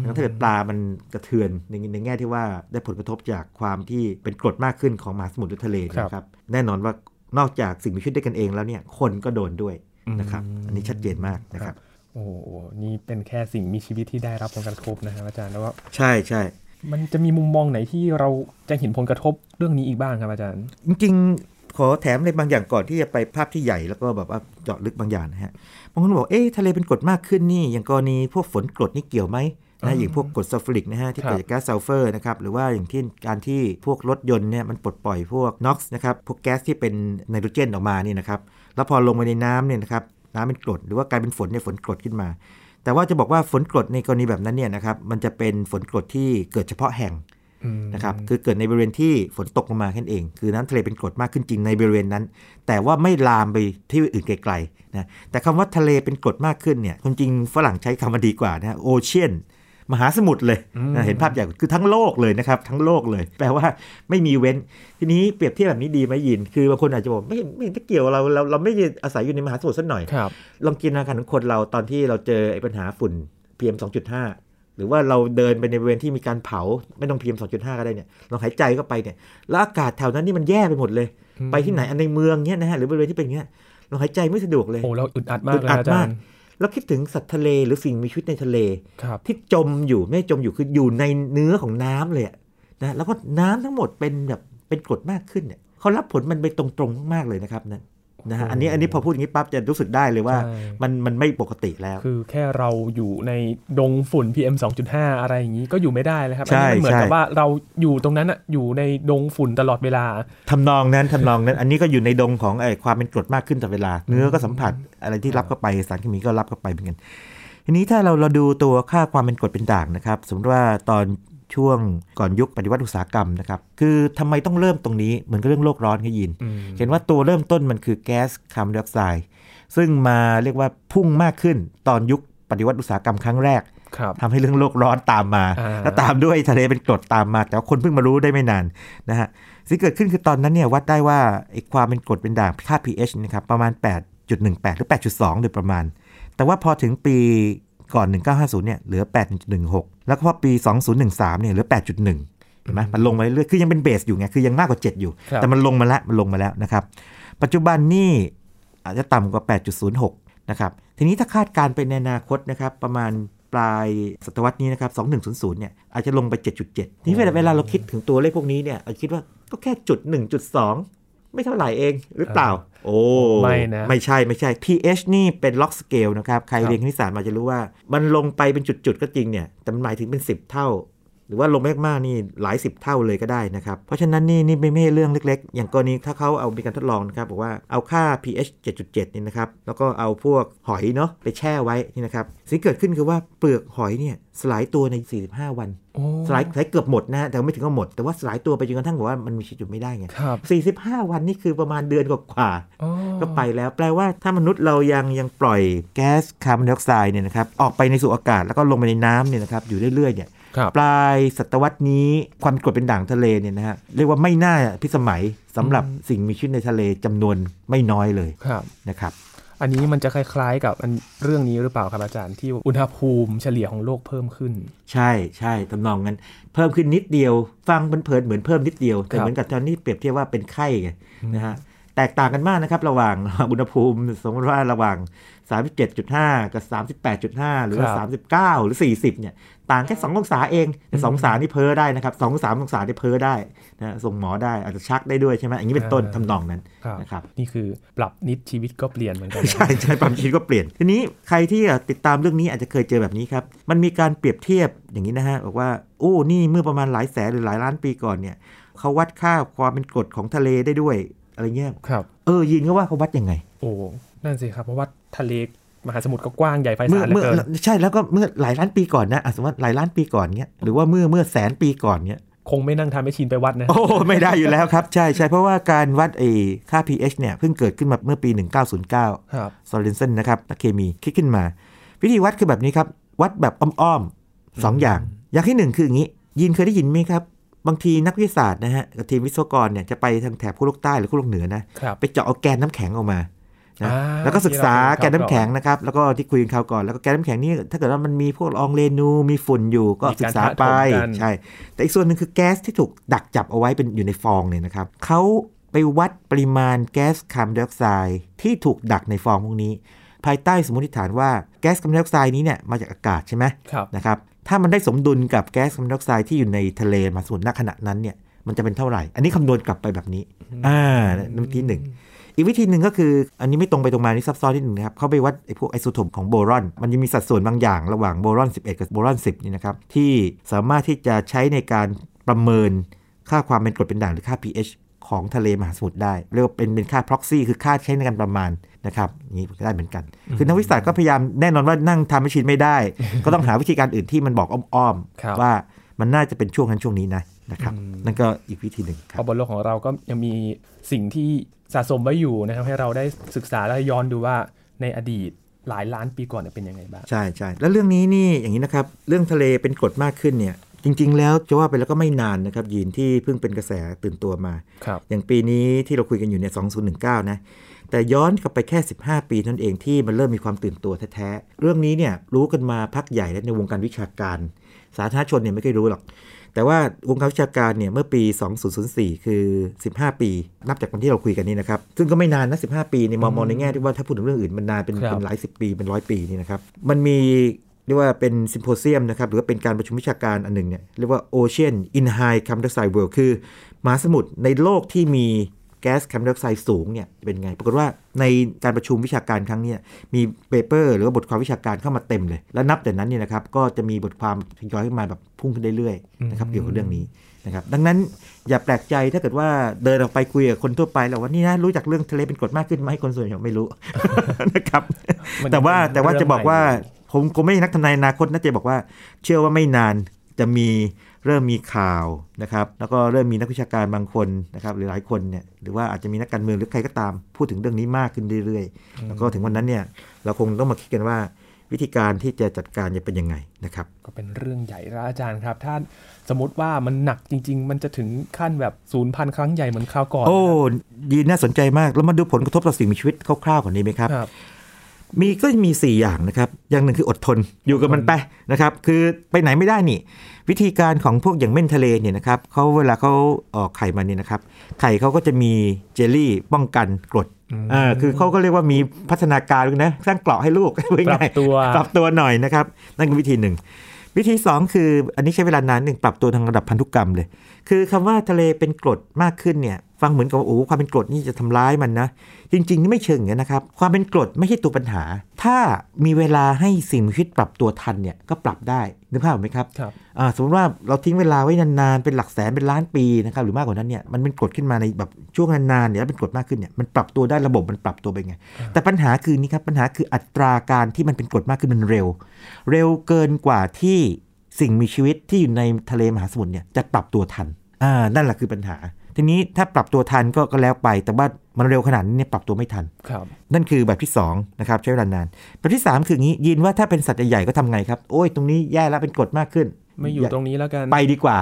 Speaker 2: แล้วถ้าเกิดปลามันกระเทือนในในแง่ที่ว่าได้ผลกระทบจากความที่เป็นกรดมากขึ้นของมหาสมุทรหรือทะเลเนย
Speaker 1: ครับ
Speaker 2: นะครับ แน่นอนว่านอกจากสิ่งมีชีวิตด้วยกันเองแล้วเนี่ยคนก็โดนด้วยนะครับ อันนี้ชัดเจนมากนะครับ
Speaker 1: โอ้โหนี่เป็นแค่สิ่งมีชีวิตที่ได้รับผลกระทบนะฮะอาจารย์แล้วว่า
Speaker 2: ใช่ใช่
Speaker 1: มันจะมีมุมมองไหนที่เราจะเห็นผลกระทบเรื่องนี้อีกบ้างครับอาจารย์
Speaker 2: จริงๆ ขอแถมอะไรบางอย่างก่อนที่จะไปภาพที่ใหญ่แล้วก็แบบว่าเจาะลึกบางอย่างนะฮะบางคนบอกเอ๊ะทะเลเป็นกรดมากขึ้นนี่ อย่างกรณีพวกฝนกรดนี่เกี่ยวไหมนะอย่างพวกกรดซัลฟูริกนะฮะที่
Speaker 1: ครับ
Speaker 2: เกิดจากแก๊สซัลเฟอร์นะครับหรือว่าอย่างที่การที่พวกรถยนต์เนี่ยมันปลดปล่อยพวกน็อกซ์นะครับพวกแก๊สที่เป็นไนโตรเจนออกมานี่นะครับแล้วพอลงไปในน้ำเนี่ยนะครับน้ำเป็นกรดหรือว่ากลายเป็นฝนเนี่ยฝนกรดขึ้นมา แต่ว่าจะบอกว่าฝนกรดในกรณีแบบนั้นเนี่ยนะครับมันจะเป็นฝนกรดที่เกิดเฉพาะแห่ง
Speaker 1: อืม
Speaker 2: นะครับคือเกิดในบริเวณที่ฝนตกลงมาแค่นั้นเอง คือน้ำทะเลเป็นกรดมากขึ้นจริงในบริเวณนั้น แต่ว่าไม่ลามไปที่อื่นไกลๆนะแต่คำว่าทะเลเป็นกรดมากขึ้นเนี่ยคนจริงฝรั่งใช้คำมาดีกว่านะโอเชียนมหาสมุทรเลยนะเห็นภาพใหญ่กว่าคือทั้งโลกเลยนะครับ ทั้งโลกเลย แปลว่าไม่มีเว้น ทีนี้เปรียบเทียบแบบนี้ดีไหมยิน คือบางคนอาจจะบอกไม่ไม่ไม่เกี่ยวเราเราเราไม่ได้อาศัยอยู่ในมหาสมุทรสักหน่อย
Speaker 1: ครับ
Speaker 2: ลองจินตนาการของคนเราตอนที่เราเจอไอ้ปัญหาฝุ่น PM 2.5 หรือว่าเราเดินไปในบริเวณที่มีการเผาไม่ต้อง PM 2.5 ก็ได้เนี่ยลองหายใจเข้าไปเนี่ยแล้วอากาศแถวนั้นนี่มันแย่ไปหมดเลย ไปที่ไหนอันในเมืองเนี่ยนะฮะหรือบริเวณที่เป็นอย่างเงี้ยลองหายใจไม่สะดวกเลย
Speaker 1: โอ้เราอึดอัดมาก
Speaker 2: อึด
Speaker 1: เลย
Speaker 2: อัด
Speaker 1: นะอาจาม
Speaker 2: าร ก
Speaker 1: ย์
Speaker 2: แล้วคิดถึงสัตว์ทะเลหรือสิ่งมีชีวิตในทะเล
Speaker 1: ครับ
Speaker 2: ที่จมอยู่ไม่จมอยู่คืออยู่ในเนื้อของน้ำเลยอะนะแล้วก็น้ำทั้งหมดเป็นแบบเป็นกรดมากขึ้นเนี่ยเขารับผลมันไปตรงๆมากๆเลยนะครับนะนะฮะอันนี้อันนี้พอพูดอย่างนี้ปั๊บจะรู้สึกได้เลยว่า
Speaker 1: ใช่
Speaker 2: มันมันไม่ปกติแล้ว
Speaker 1: คือแค่เราอยู่ในดงฝุ่น PM 2.5 อะไรอย่างนี้ก็อยู่ไม่ได้แล้วครับ
Speaker 2: ใช่
Speaker 1: อันนี้มันเหมือน
Speaker 2: ใช่
Speaker 1: กับว่าเราอยู่ตรงนั้นอะอยู่ในดงฝุ่นตลอดเวลา
Speaker 2: ทำนองนั้นทำนองนั้น อันนี้ก็อยู่ในดงของไอ้ความเป็นกรดมากขึ้นแต่อเวลา เนื้อก็สัมผัสอะไรที่รับเข้าไปสารเคมีก็รับเข้าไปเหมือนกัน ทีนี้ถ้าเราเราดูตัวค่าความเป็นกรดเป็นด่างนะครับ สมมติว่าตอนช่วงก่อนยุคปฏิวัติอุตสาหกรรมนะครับคือทำไมต้องเริ่มตรงนี้เหมือนกับเรื่องโลกร้อนที่ยิน เห็นว่าตัวเริ่มต้นมันคือแก๊สคาร์บอนไดออกไซด์ซึ่งมาเรียกว่าพุ่งมากขึ้นตอนยุคปฏิวัติอุตสาหกรรมครั้งแรก
Speaker 1: ครับ
Speaker 2: ทำให้เรื่องโลกร้อนตามมา
Speaker 1: อ่า
Speaker 2: แล้วตามด้วยทะเลเป็นกรดตามมา แต่ว่าคนเพิ่งมารู้ได้ไม่นานนะฮะสิ่งที่เกิดขึ้นคือตอนนั้นเนี่ยวัดได้ว่าไอ้ความเป็นกรดเป็นด่างค่า pH นะครับประมาณ 8.18 หรือ 8.2 โดยประมาณ แต่ว่าพอถึงปีก่อน 1950 เนี่ยเหลือ 8.16 แล้วก็พอปี 2013 เนี่ยเหลือ 8.1 เห็นไหมมันลงมาเรื่อยๆคือยังเป็นเบสอยู่ไง คือยังมากกว่า 7 อยู่
Speaker 1: ครับ
Speaker 2: แต่มันลงมาแล้ว มันลงมาแล้วนะครับ ปัจจุบันนี่อาจจะต่ำกว่า 8.06 นะครับ ทีนี้ถ้าคาดการณ์ไปในอนาคตนะครับ ประมาณปลายศตวรรษนี้นะครับ 2100 เนี่ย อาจจะลงไป 7.7 ทีนี้เวลาเวลาเราคิดถึงตัวเลขพวกนี้เนี่ย เราคิดว่าก็แค่จุด 1.2 ไม่เท่าไหร่เองหรือเปล่า โอ้
Speaker 1: ไม่นะ
Speaker 2: ไม่ใช่ไม่ใช่ pH นี่เป็นล็อกสเกลนะครับ ใคร
Speaker 1: ครับ
Speaker 2: เรียนคณิตศาสตร์มาจะรู้ว่ามันลงไปเป็นจุดๆก็จริงเนี่ย แต่มันหมายถึงเป็น 10 เท่า หรือว่าลงมากๆนี่หลาย 10 เท่าเลยก็ได้นะครับ เพราะฉะนั้นนี่นี่ไม่ไม่ใช่เรื่องเล็กๆ อย่างกรณีถ้าเขาเอามีการทดลองนะครับบอกว่าเอาค่า pH 7.7 นี่นะครับ แล้วก็เอาพวกหอยเนาะไปแช่ไว้นี่นะครับสิ่งที่เกิดขึ้นคือว่าเปลือกหอยเนี่ยสลายตัวใน 45 วัน
Speaker 1: โอ้
Speaker 2: สลายสลายเกือบหมดนะฮะแต่ไม่ถึงกับหมด แต่ว่าสลายตัวไปจนกระทั่งแบบว่ามันมีชีวิตอยู่ไม่ได้ไง
Speaker 1: ครับ
Speaker 2: 45 วันนี่คือประมาณเดือนกว่า
Speaker 1: อ๋อ
Speaker 2: ๆก็ไปแล้ว แปลว่าถ้ามนุษย์เรายังยังปล่อยแก๊สคาร์บอนไดออกไซด์เนี่ยนะครับออกไปในสู่อากาศแล้วก็ลงไปในน้ำเนี่ยนะครับอยู่เรื่อยๆเนี่ย
Speaker 1: ครับ
Speaker 2: ปลายศตวรรษนี้ความกดเป็นด่างทะเลเนี่ยนะฮะเรียกว่าไม่น่าพิสมัยสำหรับ
Speaker 1: อืม
Speaker 2: สิ่งมีชีวิตในทะเลจำนวนไม่น้อยเลย
Speaker 1: ครับ
Speaker 2: นะครับ
Speaker 1: อันนี้มันจะคล้ายๆกับอันเรื่องนี้หรือเปล่าครับอาจารย์ที่อุณหภูมิเฉลี่ยของโลกเพิ่มขึ้น
Speaker 2: ใช่ใช่ทำนองนั้นเพิ่มขึ้นนิดเดียว ฟังเพลินๆเหมือนเพิ่มนิดเดียวแต่
Speaker 1: ครับ
Speaker 2: เหมือนกับตอนนี้เปรียบเทียบว่าเป็นไข้ไง นะฮะแตกต่างกันมากนะครับระหว่าง (laughs) อุณหภูมิสมมติว่าระหว่าง 37.5 กับ 38.5 หรือว่า
Speaker 1: ครับ
Speaker 2: 39 หรือ 40 เนี่ย ต่างแค่ 2 องศาเองแต่2องศานี่เพ้อได้นะครับ2องศาองศานี่เพ้อได้นะส่งหมอได้อาจจะชักได้ด้วยใช่ไหมอย่างนี้เป็นต้นทำนองนั้น
Speaker 1: ครับ
Speaker 2: นะครับ
Speaker 1: นี่คือปรับนิดชีวิตก็เปลี่ยนเหมือนกันนะ
Speaker 2: ใช่ (laughs) ใช่ความคิดก็เปลี่ยน ทีนี้ใครที่ติดตามเรื่องนี้อาจจะเคยเจอแบบนี้ครับ มันมีการเปรียบเทียบอย่างนี้นะฮะบอกว่าโอ้นี่เมื่อประมาณหลายแสนหรือหลายล้านปีก่อนเนี่ยเขาวัดค่าความเป็นกรดของทะเลได้ด้วยอะไรเงี้ย
Speaker 1: ครับ
Speaker 2: เออยินก็ว่าเขาวัดยังไง
Speaker 1: โอ้นั่นสิครับ เพราะว่าทะเลมหาสมุทรก็กว้างใหญ่ไพ
Speaker 2: เมื่
Speaker 1: ศา
Speaker 2: อ
Speaker 1: ลเหลื
Speaker 2: เมื่
Speaker 1: อ
Speaker 2: อ
Speaker 1: เกิน
Speaker 2: ใช่แล้วก็เมื่อหลายล้านปีก่อนนะอ่ะสมมติว่าหลายล้านปีก่อนเนี้ยหรือว่าเมื่อเมื่อแสนปีก่อนเนี้ย (laughs)
Speaker 1: คงไม่นั่งทำให้ชินไปวัดนะ
Speaker 2: โอ้ ไม่ได้อยู่แล้วครับ ใช่ใช่เพราะว่าการวัดไอ้ค่า pH เนี่ยเพิ่งเกิดขึ้นมาเมื่อปี 1909
Speaker 1: ครับ
Speaker 2: ซอลินเซนนะครับนักเคมีคิดขึ้นมา วิธีวัดคือแบบนี้ครับ วัดแบบอ้อมๆสองอย่าง อย่างที่หนึ่งคืออย่างนี้ ยินเคยได้ยินไหมครับ บางทีนักวิทยาศาสตร์นะฮะกับทีมวิศวกรเนี่ยจะไปทางแถบขั้วโลกใต้หรือขั้วโลกเหนือนะ
Speaker 1: ครับ
Speaker 2: ไปเจาะเอาแกนน้ำแข็งออกมานะ
Speaker 1: อ่า
Speaker 2: แล้วก็ศึกษา
Speaker 1: ที่
Speaker 2: แกน
Speaker 1: เรา
Speaker 2: น้ำแข็งนะครับ แล้วก็ที่คุยกันคราวก่อน แล้วก็แกนน้ำแข็งนี่ถ้าเกิดว่ามันมีพวกละอองเรนู มีฝุ่นอยู่ก็
Speaker 1: มีการ
Speaker 2: ศึกษาไป
Speaker 1: ปะทะกัน
Speaker 2: ใช่ แต่อีกส่วนหนึ่งคือแก๊สที่ถูกดักจับเอาไว้เป็นอยู่ในฟองเนี่ยนะครับ เขาไปวัดปริมาณแก๊สคาร์บอนไดออกไซด์ที่ถูกดักในฟองพวกนี้ ภายใต้สมมติฐานว่าแก๊สคาร์บอนไดออกไซด์นี้เนี่ยมาจากอากาศใช่ไหม
Speaker 1: ครับ
Speaker 2: นะครับ ถ้ามันได้สมดุลกับแก๊สคาร์บอนไดออกไซด์ที่อยู่ในทะเลมหาสมุทรณขณะนั้นเนี่ย มันจะเป็นเท่าไหร่ อันนี้คำนวณกลับไปแบบนี้ อ่านั่นวิธีหนึ่ง อีกวิธีหนึ่งก็คือ อันนี้ไม่ตรงไปตรงมานี่ซับซ้อนนิดหนึ่งนะครับ เขาไปวัดไอ้พวกไอโซโทปของโบรอน มันจะมีสัดส่วนบางอย่างระหว่างโบรอน 11 กับโบรอน 10 นี่นะครับ ที่สามารถที่จะใช้ในการประเมินค่าความเป็นกรดเป็นด่างหรือค่า pH ของทะเลมหาสมุทรได้ เรียกว่าเป็นเป็นค่า proxy คือค่าใช้ในการประมาณนะครับอย่างนี้ก็ได้เหมือนกัน คือนักวิทยาศาสตร์ก็พยายามแน่นอนว่านั่งทำให้ชินไม่ได้ ก็ต้องหาวิธีการอื่นที่มันบอกอ้อม
Speaker 1: ครับ
Speaker 2: ๆว่ามันน่าจะเป็นช่วงนั้นช่วงนี้นะนะครับนั่นก็อีกวิธีหนึ่งค
Speaker 1: เพ
Speaker 2: รับ
Speaker 1: ราะบนโลกของเราก็ยังมีสิ่งที่สะสมไว้อยู่นะครับ ให้เราได้ศึกษาและย้อนดูว่าในอดีตหลายล้านปีก่อนเนี่ยเป็นยังไงบ้าง
Speaker 2: ใช่ใช่แล้วเรื่องนี้นี่อย่างนี้นะครับ เรื่องทะเลเป็นกฎมากขึ้นเนี่ย จริง ๆ แล้วจะว่าไปแล้วก็ไม่นานนะครับ ยีนที่เพิ่งเป็นกระแสตื่นตัวมา
Speaker 1: ครับ
Speaker 2: อย่างปีนี้ที่เราคุยกันอยู่เนี่ย2019 นะ แต่ย้อนกลับไปแค่ 15 ปีนั่นเองที่มันเริ่มมีความตื่นตัวแท้ๆ เรื่องนี้เนี่ยรู้กันมาพักใหญ่แล้วในวงการวิชาการ สาธารณชนเนี่ยไม่เคยรู้หรอก แต่ว่าวงการวิชาการเนี่ยเมื่อปี 2004 คือ 15 ปี นับจากวันที่เราคุยกันนี่นะครับ ซึ่งก็ไม่นานนะ 15 ปีในมองมองในแง่ที่ว่าถ้าพูดถึงเรื่องอื่นมันนานเป็น
Speaker 1: ครับ
Speaker 2: เป็นหลายสิบปีเป็นร้อยปีนี่นะครับ มันมีเรียกว่าเป็นซิมโพเซียมนะครับหรือว่าเป็นการประชุมวิชาการอันหนึ่งเนี่ยเรียกว่า Ocean in High Carbon Dioxide World คือมหาสมุทรในโลกที่มีแก๊สคาร์บอนไดออกไซด์สูงเนี่ยเป็นไง ปรากฏว่าในการประชุมวิชาการครั้งเนี้มีเปเปอร์หรือว่าบทความวิชาการเข้ามาเต็มเลย และนับแต่นั้นเนี่ยนะครับก็จะมีบทความทยอยขึ้นมาแบบพุ่งขึ้นเรื่อยๆนะครับเกี่ยวกับเรื่องนี้นะครับดังนั้นอย่าแปลกใจถ้าเกิดว่าเดินออกไปคุยกับคนทั่วไปแล้วว่านี่นะรู้จักเรื่องทะเลเป็นกรดมากขึ้นไหมคนส่วนใหญ่ไม่รู้ (laughs) นะครับ
Speaker 1: มัน
Speaker 2: แต่ว่า
Speaker 1: เป็น
Speaker 2: แต่ว่า
Speaker 1: เรื่อง
Speaker 2: จะบอกว่า
Speaker 1: ใหม่
Speaker 2: ผมคงไม่ใช่นักทำนายอนาคตนะจะบอกว่า เชื่อว่าไม่นานจะมีเริ่มมีข่าวนะครับ แล้วก็เริ่มมีนักวิชาการบางคนนะครับหรือหลายคนเนี่ยหรือว่าอาจจะมีนักการเมืองหรือใครก็ตาม พูดถึงเรื่องนี้มากขึ้นเรื่อยๆ แล้วก็ถึงวันนั้นเนี่ยเราคงต้องมาคิดกันว่า วิธีการที่จะจัดการจะเป็นยังไงนะครับ
Speaker 1: ก็เป็นเรื่องใหญ่แล้วอาจารย์ครับ ถ้าสมมติว่ามันหนักจริง ๆ มันจะถึงขั้นแบบศูนย์พันครั้งใหญ่เหมือนคราวก่อน
Speaker 2: โอ้ดีน่าสนใจมากแล้วมาดูผลกระทบต่อสิ่งมีชีวิตคร่าวๆก่อนดีไหมครับ
Speaker 1: ครับ
Speaker 2: มีก็มี 4 อย่างนะครับ อย่างหนึ่งคืออดทนอยู่กับมันไปนะครับ คือไปไหนไม่ได้นี่ วิธีการของพวกอย่างเม่นทะเลเนี่ยนะครับเขาเวลาเขาออกไข่มาเนี่ยนะครับ ไข่เขาก็จะมีเจลลี่ป้องกันกรดอ่าคือเขาก็เรียกว่ามีพัฒนาการด้วยนะสร้างเกราะให้ลูก
Speaker 1: ป
Speaker 2: (laughs)
Speaker 1: รับตัว
Speaker 2: ปรับตัวหน่อยนะครับ นั่นคือวิธีหนึ่ง วิธี 2 คืออันนี้ใช้เวลานานหนึ่งปรับตัวทางระดับพันธุกรรมเลย คือคำว่าทะเลเป็นกรดมากขึ้นเนี่ย ฟังเหมือนกับว่าโอ้ความเป็นกรดนี่จะทำร้ายมันนะ จริงๆนี่ไม่เชิงอย่างนั้นนะครับ ความเป็นกรดไม่ใช่ตัวปัญหา ถ้ามีเวลาให้สิ่งมีชีวิตปรับตัวทันเนี่ยก็ปรับได้นึกภาพออกไหมครับ
Speaker 1: ครับ
Speaker 2: อ่าสมมติว่าเราทิ้งเวลาไว้นานๆ เป็นหลักแสนเป็นล้านปีนะครับหรือมากกว่านั้นเนี่ยมันเป็นกรดขึ้นมาในแบบช่วงนานๆเนี่ยแล้วเป็นกรดมากขึ้นเนี่ยมันปรับตัวได้ระบบมันปรับตัวไปไง แต่ปัญหาคือนี่ครับปัญหาคืออัตราการที่มันเป็นกรดมากขึ้นมันเร็ว เร็วเกินกว่าที่สิ่งมีชีวิตที่อยู่ในทะเลมหาสมุทรเนี่ยจะปรับตัวทันอ่านั่นแหละคือปัญหา ทีนี้ถ้าปรับตัวทันก็ก็แล้วไป แต่ว่ามันเร็วขนาดนี้เนี่ยปรับตัวไม่ทัน
Speaker 1: ครับ
Speaker 2: นั่นคือแบบที่2นะครับใช้เวลานานแบบที่ 3 คืออย่างนี้ยินว่าถ้าเป็นสัตว์ใหญ่ๆก็ทำไงครับโอ้ยตรงนี้แย่แล้วเป็นกรดมากขึ้น
Speaker 1: ไม่อยู่ตรงนี้แล้วกัน
Speaker 2: ไปดีกว่า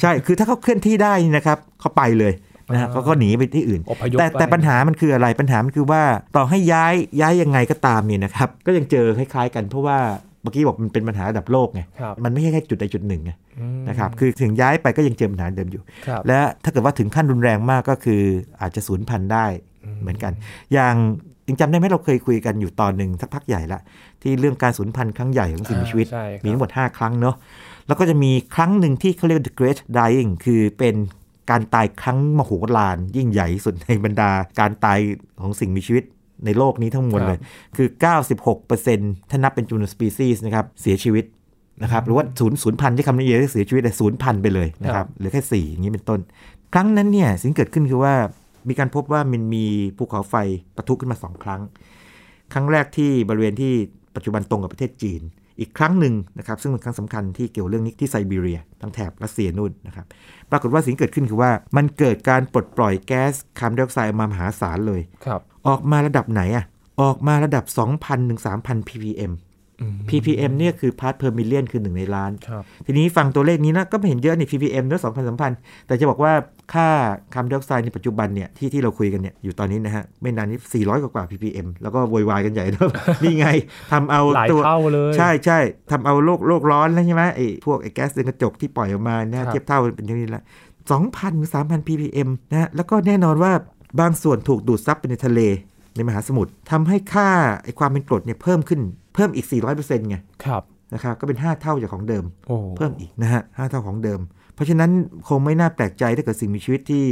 Speaker 2: ใช่คือถ้าเขาเคลื่อนที่ได้นี่นะครับเขาไปเลยนะฮะ
Speaker 1: อ่า
Speaker 2: เขาก็หนีไปที่อื่น
Speaker 1: อพยพ
Speaker 2: แต่
Speaker 1: ไป
Speaker 2: แต่ปัญหามันคืออะไรปัญหามันคือว่าต่อให้ย้ายย้ายยังไงก็ตามเนี่ยนะครับ ก็ยังเจอคล้าย ๆ กันเพราะว่าเมื่อกี้บอกมันเป็นปัญหาระดับโลกไง
Speaker 1: ครับ
Speaker 2: มันไม่ใช่แค่จุดใดจุดหนึ่งไง
Speaker 1: อืม
Speaker 2: นะครับคือถึงย้ายไปก็ยังเจอปัญหาเดิมอยู่
Speaker 1: ครับ
Speaker 2: และถ้าเกิดว่าถึงขั้นรุนแรงมากก็คืออาจจะสูญพันธุ์ได้
Speaker 1: อืม
Speaker 2: เหมือนกัน อย่างยังจำได้ไหมเราเคยคุยกันอยู่ตอนหนึ่งสักพักใหญ่ละที่เรื่องการสูญพันธุ์ครั้งใหญ่ของสิ่งมีชีวิต
Speaker 1: อ่าใช่ครับ
Speaker 2: มีทั้งหมด 5 ครั้งเนาะ แล้วก็จะมีครั้งหนึ่งที่เขาเรียกว่า the great dying คือเป็นการตายครั้งมโหฬารยิ่งใหญ่ที่สุดในบรรดาการตายของสิ่งมีชีวิตในโลกนี้ทั้งมวลเลย คือ 96%ถ้านับเป็นจำนวนสปีซีส์นะครับ เสียชีวิตนะครับ หรือว่าศูนย์ศูนย์พันที่คำนิยามที่เสียชีวิตเลยศูนย์พันไปเลยนะค
Speaker 1: ครั
Speaker 2: รับ
Speaker 1: บ
Speaker 2: หรือแค่ 4 อย่างนี้เป็นต้น ครั้งนั้นเนี่ยสิ่งที่เกิดขึ้นคือว่ามีการพบว่ามันมีภูเขาไฟปะทุขึ้นมาสองครั้ง ครั้งแรกที่บริเวณที่ปัจจุบันตรงกับประเทศจีน อีกครั้งหนึ่งนะครับซึ่งเป็นครั้งสำคัญที่เกี่ยวเรื่องนี้ที่ไซบีเรียทางแถบรัสเซียนู่นนะครับปรากฏว่าสิ่งที่เกิดขึ้นคือว่ามันเกิดการปลดปล่อยแก๊สคาร์บอนไดออกไซด์ออกมามหาศาลเลย
Speaker 1: ครับ
Speaker 2: ออกมาระดับไหนอะออกมาระดับ 2,000ถึง3,000 ppm
Speaker 1: อืม
Speaker 2: ppm เนี่ยคือพาร์ทเพอร์มิเลียนคือหนึ่งในล้าน
Speaker 1: ครับ
Speaker 2: ทีนี้ฟังตัวเลขนี้นะก็ไม่เห็นเยอะนี่ ppm เนอะสองพันสามพันแต่จะบอกว่าค่าคาร์บอนไดออกไซด์ในปัจจุบันเนี่ยที่ที่เราคุยกันเนี่ยอยู่ตอนนี้นะฮะ ไม่นานนี้ 400 กว่ากว่า ppm แล้วก็โวยวายกันใหญ่เลย (laughs) นี่ไงทำเอา
Speaker 1: หลาย
Speaker 2: ตัว
Speaker 1: เท่าเลย
Speaker 2: ใช่ใช่ทำเอาโลกโลกร้อนแล้วใช่ไหมไอ้พวกไอ้แก๊สเรือนกระจกที่ปล่อยออกมา
Speaker 1: ครั
Speaker 2: นะ
Speaker 1: บ
Speaker 2: เทียบเท่าเป็นอย่างนี้ละสองพันถึงสามพัน ppm นะฮะแล้วก็แน่นอนว่าบางส่วนถูกดูดซับไปในทะเลในมหาสมุทรทำให้ค่าไอ้ความเป็นกรดเนี่ยเพิ่มขึ้นเพิ่มอีก 400%ไง
Speaker 1: ครับ
Speaker 2: นะครับก็เป็น 5 เท่าจากของเดิม
Speaker 1: โอ้โห
Speaker 2: เพิ่มอีกนะฮะห้าเท่าของเดิม เพราะฉะนั้นคงไม่น่าแปลกใจถ้าเกิดสิ่งมีชีวิตที่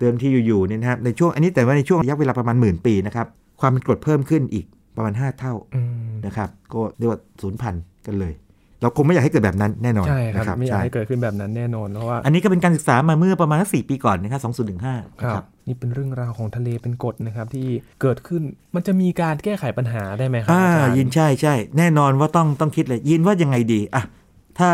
Speaker 2: เดิมที่อยู่ๆเนี่ยนะครับในช่วงอันนี้แต่ว่าในช่วงระยะเวลาประมาณหมื่นปีนะครับความเป็นกรดเพิ่มขึ้นอีกประมาณ 5 เท่า
Speaker 1: อืม
Speaker 2: นะครับก็เรียกว่าศูนย์พันกันเลย เราคงไม่อยากให้เกิดแบบนั้นแน่นอน
Speaker 1: ใช่ค
Speaker 2: นะ
Speaker 1: รับ ไม่อยาก
Speaker 2: ใช่
Speaker 1: ให้เกิดขึ้นแบบนั้นแน่นอนเพราะว่า
Speaker 2: อันนี้ก็เป็นการศึกษามาเมื่อประมาณสักสี่ปีก่อนนะครับสองศูนย์หนึ่งห้า
Speaker 1: ครับนี่เป็นเรื่องราวของทะเลเป็นกฎนะครับที่เกิดขึ้นมันจะมีการแก้ไขปัญหาได้ไหมครั
Speaker 2: อ่า
Speaker 1: อาจารย์
Speaker 2: ยินใช่ใช่แน่นอนว่าต้องต้องคิดเลยยินว่ายังไงดีอ่ะถ้า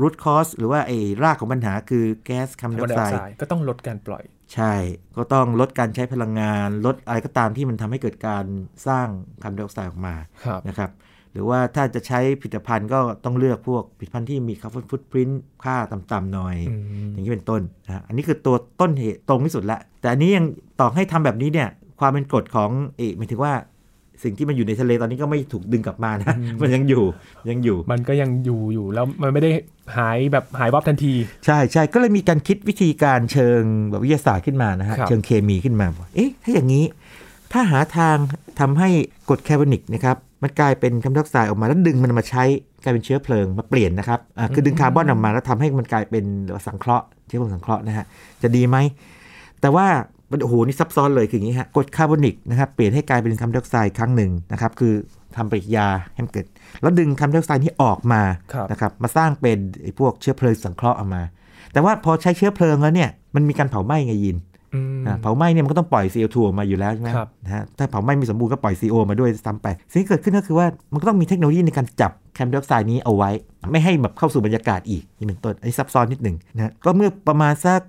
Speaker 2: รูทคอสหรือว่าไอ้รากของปัญหาคือแก๊สคาร์บอน
Speaker 1: คา
Speaker 2: ได
Speaker 1: ร์อไดอ
Speaker 2: อบอนกไซ
Speaker 1: อกไซ
Speaker 2: ด์
Speaker 1: ด์ก็ต้องลดการปล่อย
Speaker 2: ใช่ ก็ต้องลดการใช้พลังงาน ลดอะไรก็ตามที่มันทำให้เกิดการสร้างคาร์บอนไดออกไซด์ออกมา
Speaker 1: ครับ
Speaker 2: นะครับ หรือว่าถ้าจะใช้ผลิตภัณฑ์ก็ต้องเลือกพวกผลิตภัณฑ์ที่มีคาร์บอนฟุตพริ้นค่าต่ำๆหน่อย
Speaker 1: อืม
Speaker 2: อย่างนี้เป็นต้นนะฮะอันนี้คือตัวต้นเหตุตรงที่สุดละ แต่อันนี้ยังต่อให้ทำแบบนี้เนี่ย ความเป็นกฎของเอกหมายถึงว่า สิ่งที่มันอยู่ในทะเลตอนนี้ก็ไม่ถูกดึงกลับมานะ
Speaker 1: อืม
Speaker 2: มันยังอยู่ยังอยู่
Speaker 1: มันก็ยังอยู่อยู่แล้วมันไม่ได้หายแบบหายวับทันที
Speaker 2: ใช่ใช่ก็เลยมีการคิดวิธีการเชิงแบบวิทยาศาสตร์ขึ้นมานะฮะ
Speaker 1: ครับ
Speaker 2: เชิงเคมีขึ้นมาบอกเอ๊ะ ถ้าอย่างนี้ ถ้าหาทางทำให้กรดแคาร์บอนิกนะครับ มันกลายเป็นคาร์บอนไดออกไซด์ออกมาแล้วดึงมันมาใช้กลายเป็นเชื้อเพลิงมาเปลี่ยนนะครับอ่าคือดึงคาร์บอนออกมาแล้วทำให้มันกลายเป็นสังเคราะห์เชื้อเพลิงสังเคราะห์นะฮะ จะดีไหม แต่ว่ามันโอ้โหนี่ซับซ้อนเลยคืออย่างนี้ฮะกรดคาร์บอนิกนะครับเปลี่ยนให้กลายเป็นคาร์บอนไดออกไซด์ครั้งหนึ่งนะครับคือทำปฏิกิริยาให้มันเกิด แล้วดึงคาร์บอนไดออกไซด์นี่ออกมา
Speaker 1: ครับ
Speaker 2: นะครับมาสร้างเป็นไอ้พวกเชื้อเพลิงสังเคราะห์ออกมา แต่ว่าพอใช้เชื้อเพลิงแล้วเนี่ยมันมีการเผาไหม้ไงยิน
Speaker 1: อืม
Speaker 2: อ่ะเผาไหม้เนี่ยมันก็ต้องปล่อย CO2 ออกมาอยู่แล้วใช่ไหม
Speaker 1: ครับ
Speaker 2: นะฮะถ้าเผาไหม้ไม่สมบูรณ์ก็ปล่อย CO มาด้วยซ้ำไปสิ่งที่เกิดขึ้นก็คือว่ามันก็ต้องมีเทคโนโลยีในการจับคาร์บอนไดออกไซด์นี้เอาไว้ ไม่ให้แบบเข้าสู่บรรยากาศอีกนี่เป็นต้นไอนนี้ซับซ้อนนิดหนึ่งนะฮะก็เมื่อประมาณสัก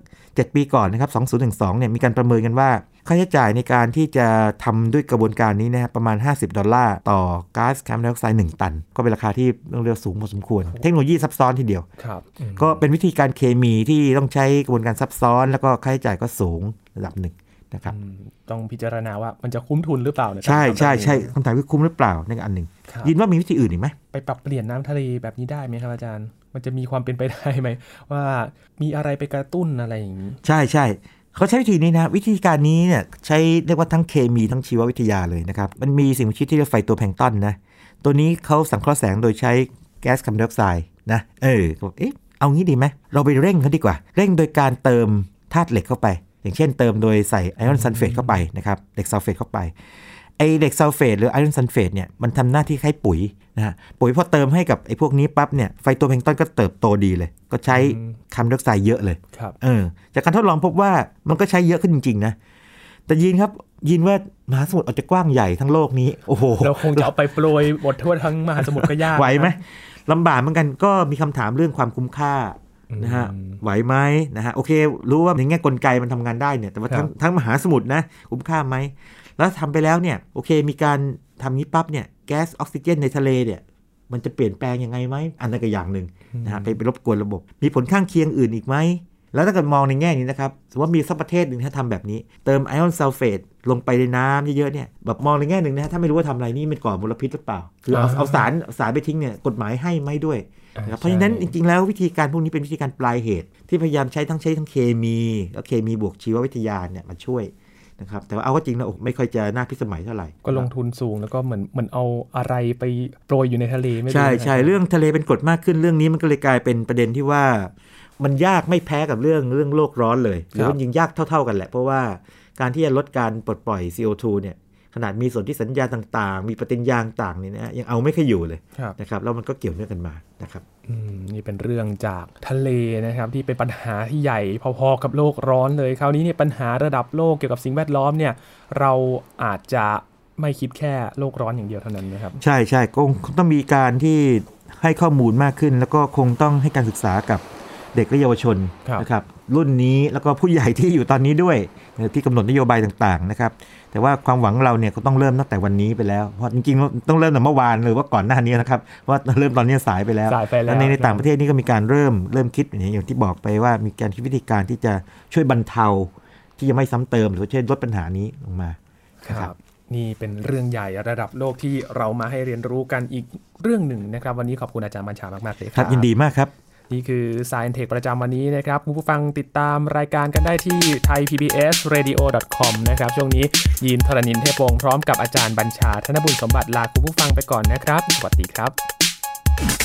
Speaker 2: 7 ปีก่อนนะครับ 2012 เนี่ย มีการประเมินกันว่า ค่าใช้จ่ายในการที่จะทำด้วยกระบวนการนี้นะครับประมาณ 50 ดอลลาร์ ต่อก๊าซคาร์บอนไดออกไซด์1ตัน ก็เป็นราคาที่ต้องเรียกว่าสูงพอสมควร เทคโนโลยีซับซ้อนทีเดียว
Speaker 1: ครับอืม
Speaker 2: ก็เป็นวิธีการเคมีที่ต้องใช้กระบวนการซับซ้อน แล้วก็ค่าใช้จ่ายก็สูงระดับหนึ่งนะครับ
Speaker 1: อืมต้องพิจารณาว่ามันจะคุ้มทุนหรือเปล่าเนย
Speaker 2: ใช่
Speaker 1: การทำแบบ
Speaker 2: ใช่ใช่
Speaker 1: นี้
Speaker 2: คำถามคือคุ้มหรือเปล่านั่นก็อันหนึ่ง
Speaker 1: ครับ
Speaker 2: ยินว่ามีวิธีอื่นอีกไหม
Speaker 1: ไปปรับเปลี่ยนน้ำทะเลแบบนี้ได้ไหมครับอาจารย์ มันจะมีความเป็นไปได้ไหมว่ามีอะไรไปกระตุ้นอะไรอย่างนี้
Speaker 2: ใช่ใช่เขาใช้วิธีนี้นะ วิธีการนี้เนี่ยใช้เรียกว่าทั้งเคมีทั้งชีววิทยาเลยนะครับ มันมีสิ่งมีชีวิตที่เรียกไฟตัวแพลงก์ตอนนะ ตัวนี้เขาสังเคราะห์แสงโดยใช้แก๊สคาร์บอนไดออกไซด์นะเออเขาบอกเอ๊ะเอางี้ดีไหมเราไปเร่งเขาดีกว่า เร่งโดยการเติมธาตุเหล็กเข้าไป อย่างเช่นเติมโดยใส่ไอออนซัลเฟตเข้าไปนะครับเหล็กซัลเฟตเข้าไปไอเหล็กซัลเฟตหรือไอออนซัลเฟตเนี่ยมันทำหน้าที่คล้ายปุ๋ยนะฮะปุ๋ยพอเติมให้กับไอพวกนี้ปั๊บเนี่ยไฟตัวแพลงก์ต้นก็เติบโตดีเลย ก็ใช้
Speaker 1: อืม
Speaker 2: คาร์บอนไดออกไซด์เยอะเลย
Speaker 1: ครับ
Speaker 2: เออจากการทดลองพบว่ามันก็ใช้เยอะขึ้นจริง ๆ นะ แต่ยินครับยินว่ามหาสมุทรอาจจะกว้างใหญ่ทั้งโลกนี้ โอ้โห
Speaker 1: เราคงจะเอาไปโปรยหมดทั่วทั้งมหาสมุทรก็ยาก
Speaker 2: ไหวไหม
Speaker 1: นะ
Speaker 2: ลำบากเหมือนกันก็มีคำถามเรื่องความคุ้มค่านะฮะ
Speaker 1: อืม
Speaker 2: ไหวไหมนะฮะโอเค รู้ว่าในแง่กลไกมันทำงานได้เนี่ยแต่ว่า
Speaker 1: ครั
Speaker 2: ทั้
Speaker 1: บ
Speaker 2: งทั้งมหาสมุทรนะคุ้มค่าไหม แล้วทำไปแล้วเนี่ยโอเคมีการทำนี้ปั๊บเนี่ยแก๊สออกซิเจนในทะเลเนี่ยมันจะเปลี่ยนแปลงยังไงไหมอันนั้นก็อย่างหนึ่งนะฮะไปไปรบกวนระบบ มีผลข้างเคียงอื่นอีกไหม แล้วถ้าเกิดมองในแง่นี้นะครับสมมติว่ามีสักประเทศหนึ่งที่ทำแบบนี้ เติมไอออนซัลเฟตลงไปในน้ำเยอะๆเนี่ยแบบมองในแง่หนึ่งนะฮะถ้าไม่รู้ว่าทำอะไรนี่มันก่อมลพิษหรือเปล่าคือเอา
Speaker 1: อ่า
Speaker 2: เอาสาร สารสารไปทิ้งเนี่ยกฎหมายให้ไหม่ด้วย
Speaker 1: อ่
Speaker 2: นะครับ
Speaker 1: ใช่
Speaker 2: เพราะฉะนั้นจริงๆแล้ววิธีการพวกนี้เป็นวิธีการปลายเหตุ ที่พยายามใช้ทั้งใช้ทั้งเคมีแล้วเคมีบวกชีววิทยาเนี่ยมาช่วยนะครับแต่ว่าเอาว่าจริงนะโอ้ไม่ค่อยจะน่าพิสมัยเท่าไหร่
Speaker 1: ก็ลงทุนสูงแล้วก็เหมือนเหมือนเอาอะไรไปโปรยอยู่ในทะเลไม่รู้
Speaker 2: ใช่
Speaker 1: นะ
Speaker 2: ใช่เรื่องทะเลเป็นกฎมากขึ้นเรื่องนี้มันก็เลยกลายเป็นประเด็นที่ว่า มันยากไม่แพ้กับเรื่องเรื่องโลกร้อนเลยหรือว่ายิงยากเท่า ๆกันแหละ เพราะว่าการที่จะลดการปลดปล่อย CO2 เนี่ยขนาดมีส่วนที่สัญญาต่างๆ มีปฏิญญาต่างๆเนี่ยนะฮะยังเอาไม่ค่อยอยู่เลย
Speaker 1: ครับ
Speaker 2: นะครับแล้วมันก็เกี่ยวเนื่องกันมานะครับ
Speaker 1: อืมนี่เป็นเรื่องจากทะเลนะครับที่เป็นปัญหาที่ใหญ่พอๆกับโลกร้อนเลยคราวนี้เนี่ยปัญหาระดับโลกเกี่ยวกับสิ่งแวดล้อมเนี่ยเราอาจจะไม่คิดแค่โลกร้อนอย่างเดียวเท่านั้นนะครับ
Speaker 2: ใช่ใช่คงคงต้องมีการที่ให้ข้อมูลมากขึ้น แล้วก็คงต้องให้การศึกษากับเด็กและเยาวชน
Speaker 1: ครับ
Speaker 2: นะครับรุ่นนี้แล้วก็ผู้ใหญ่ที่อยู่ตอนนี้ด้วยเอ่อที่กำหนดนโยบายต่างๆนะครับแต่ว่าความหวังเราเนี่ยก็ต้องเริ่มตั้งแต่วันนี้ไปแล้วเพราะจริงๆต้องเริ่มตั้งแต่เมื่อวานหรือว่าก่อนหน้านี้นะครับว่าเริ่มตอนนี้สายไปแล้ว
Speaker 1: สายไปแล้ว
Speaker 2: ในในต่างประเทศนี่ก็มีการเริ่มเริ่มคิดอย่างอย่างที่บอกไปว่ามีการคิดวิธีการที่จะช่วยบรรเทา ที่จะไม่ซ้ำเติมหรือว่าช่วยลดปัญหานี้ลงมา
Speaker 1: ครับ นี่เป็นเรื่องใหญ่ระดับโลกที่เรามาให้เรียนรู้กันอีกเรื่องหนึ่งนะครับ วันนี้ขอบคุณอาจารย์บัญชามากๆเลยค
Speaker 2: ครั
Speaker 1: รั
Speaker 2: บบ ยินดีมากครับ
Speaker 1: นี่คือ Science Tech ประจำวันนี้นะครับคุณผู้ฟังติดตามรายการกันได้ที่ thaipbsradio.com นะครับ ช่วงนี้ยีนทรณินเทพวงศ์พร้อมกับอาจารย์บัญชา ธนบุญสมบัติลาคุณผู้ฟังไปก่อนนะครับ สวัสดีครับ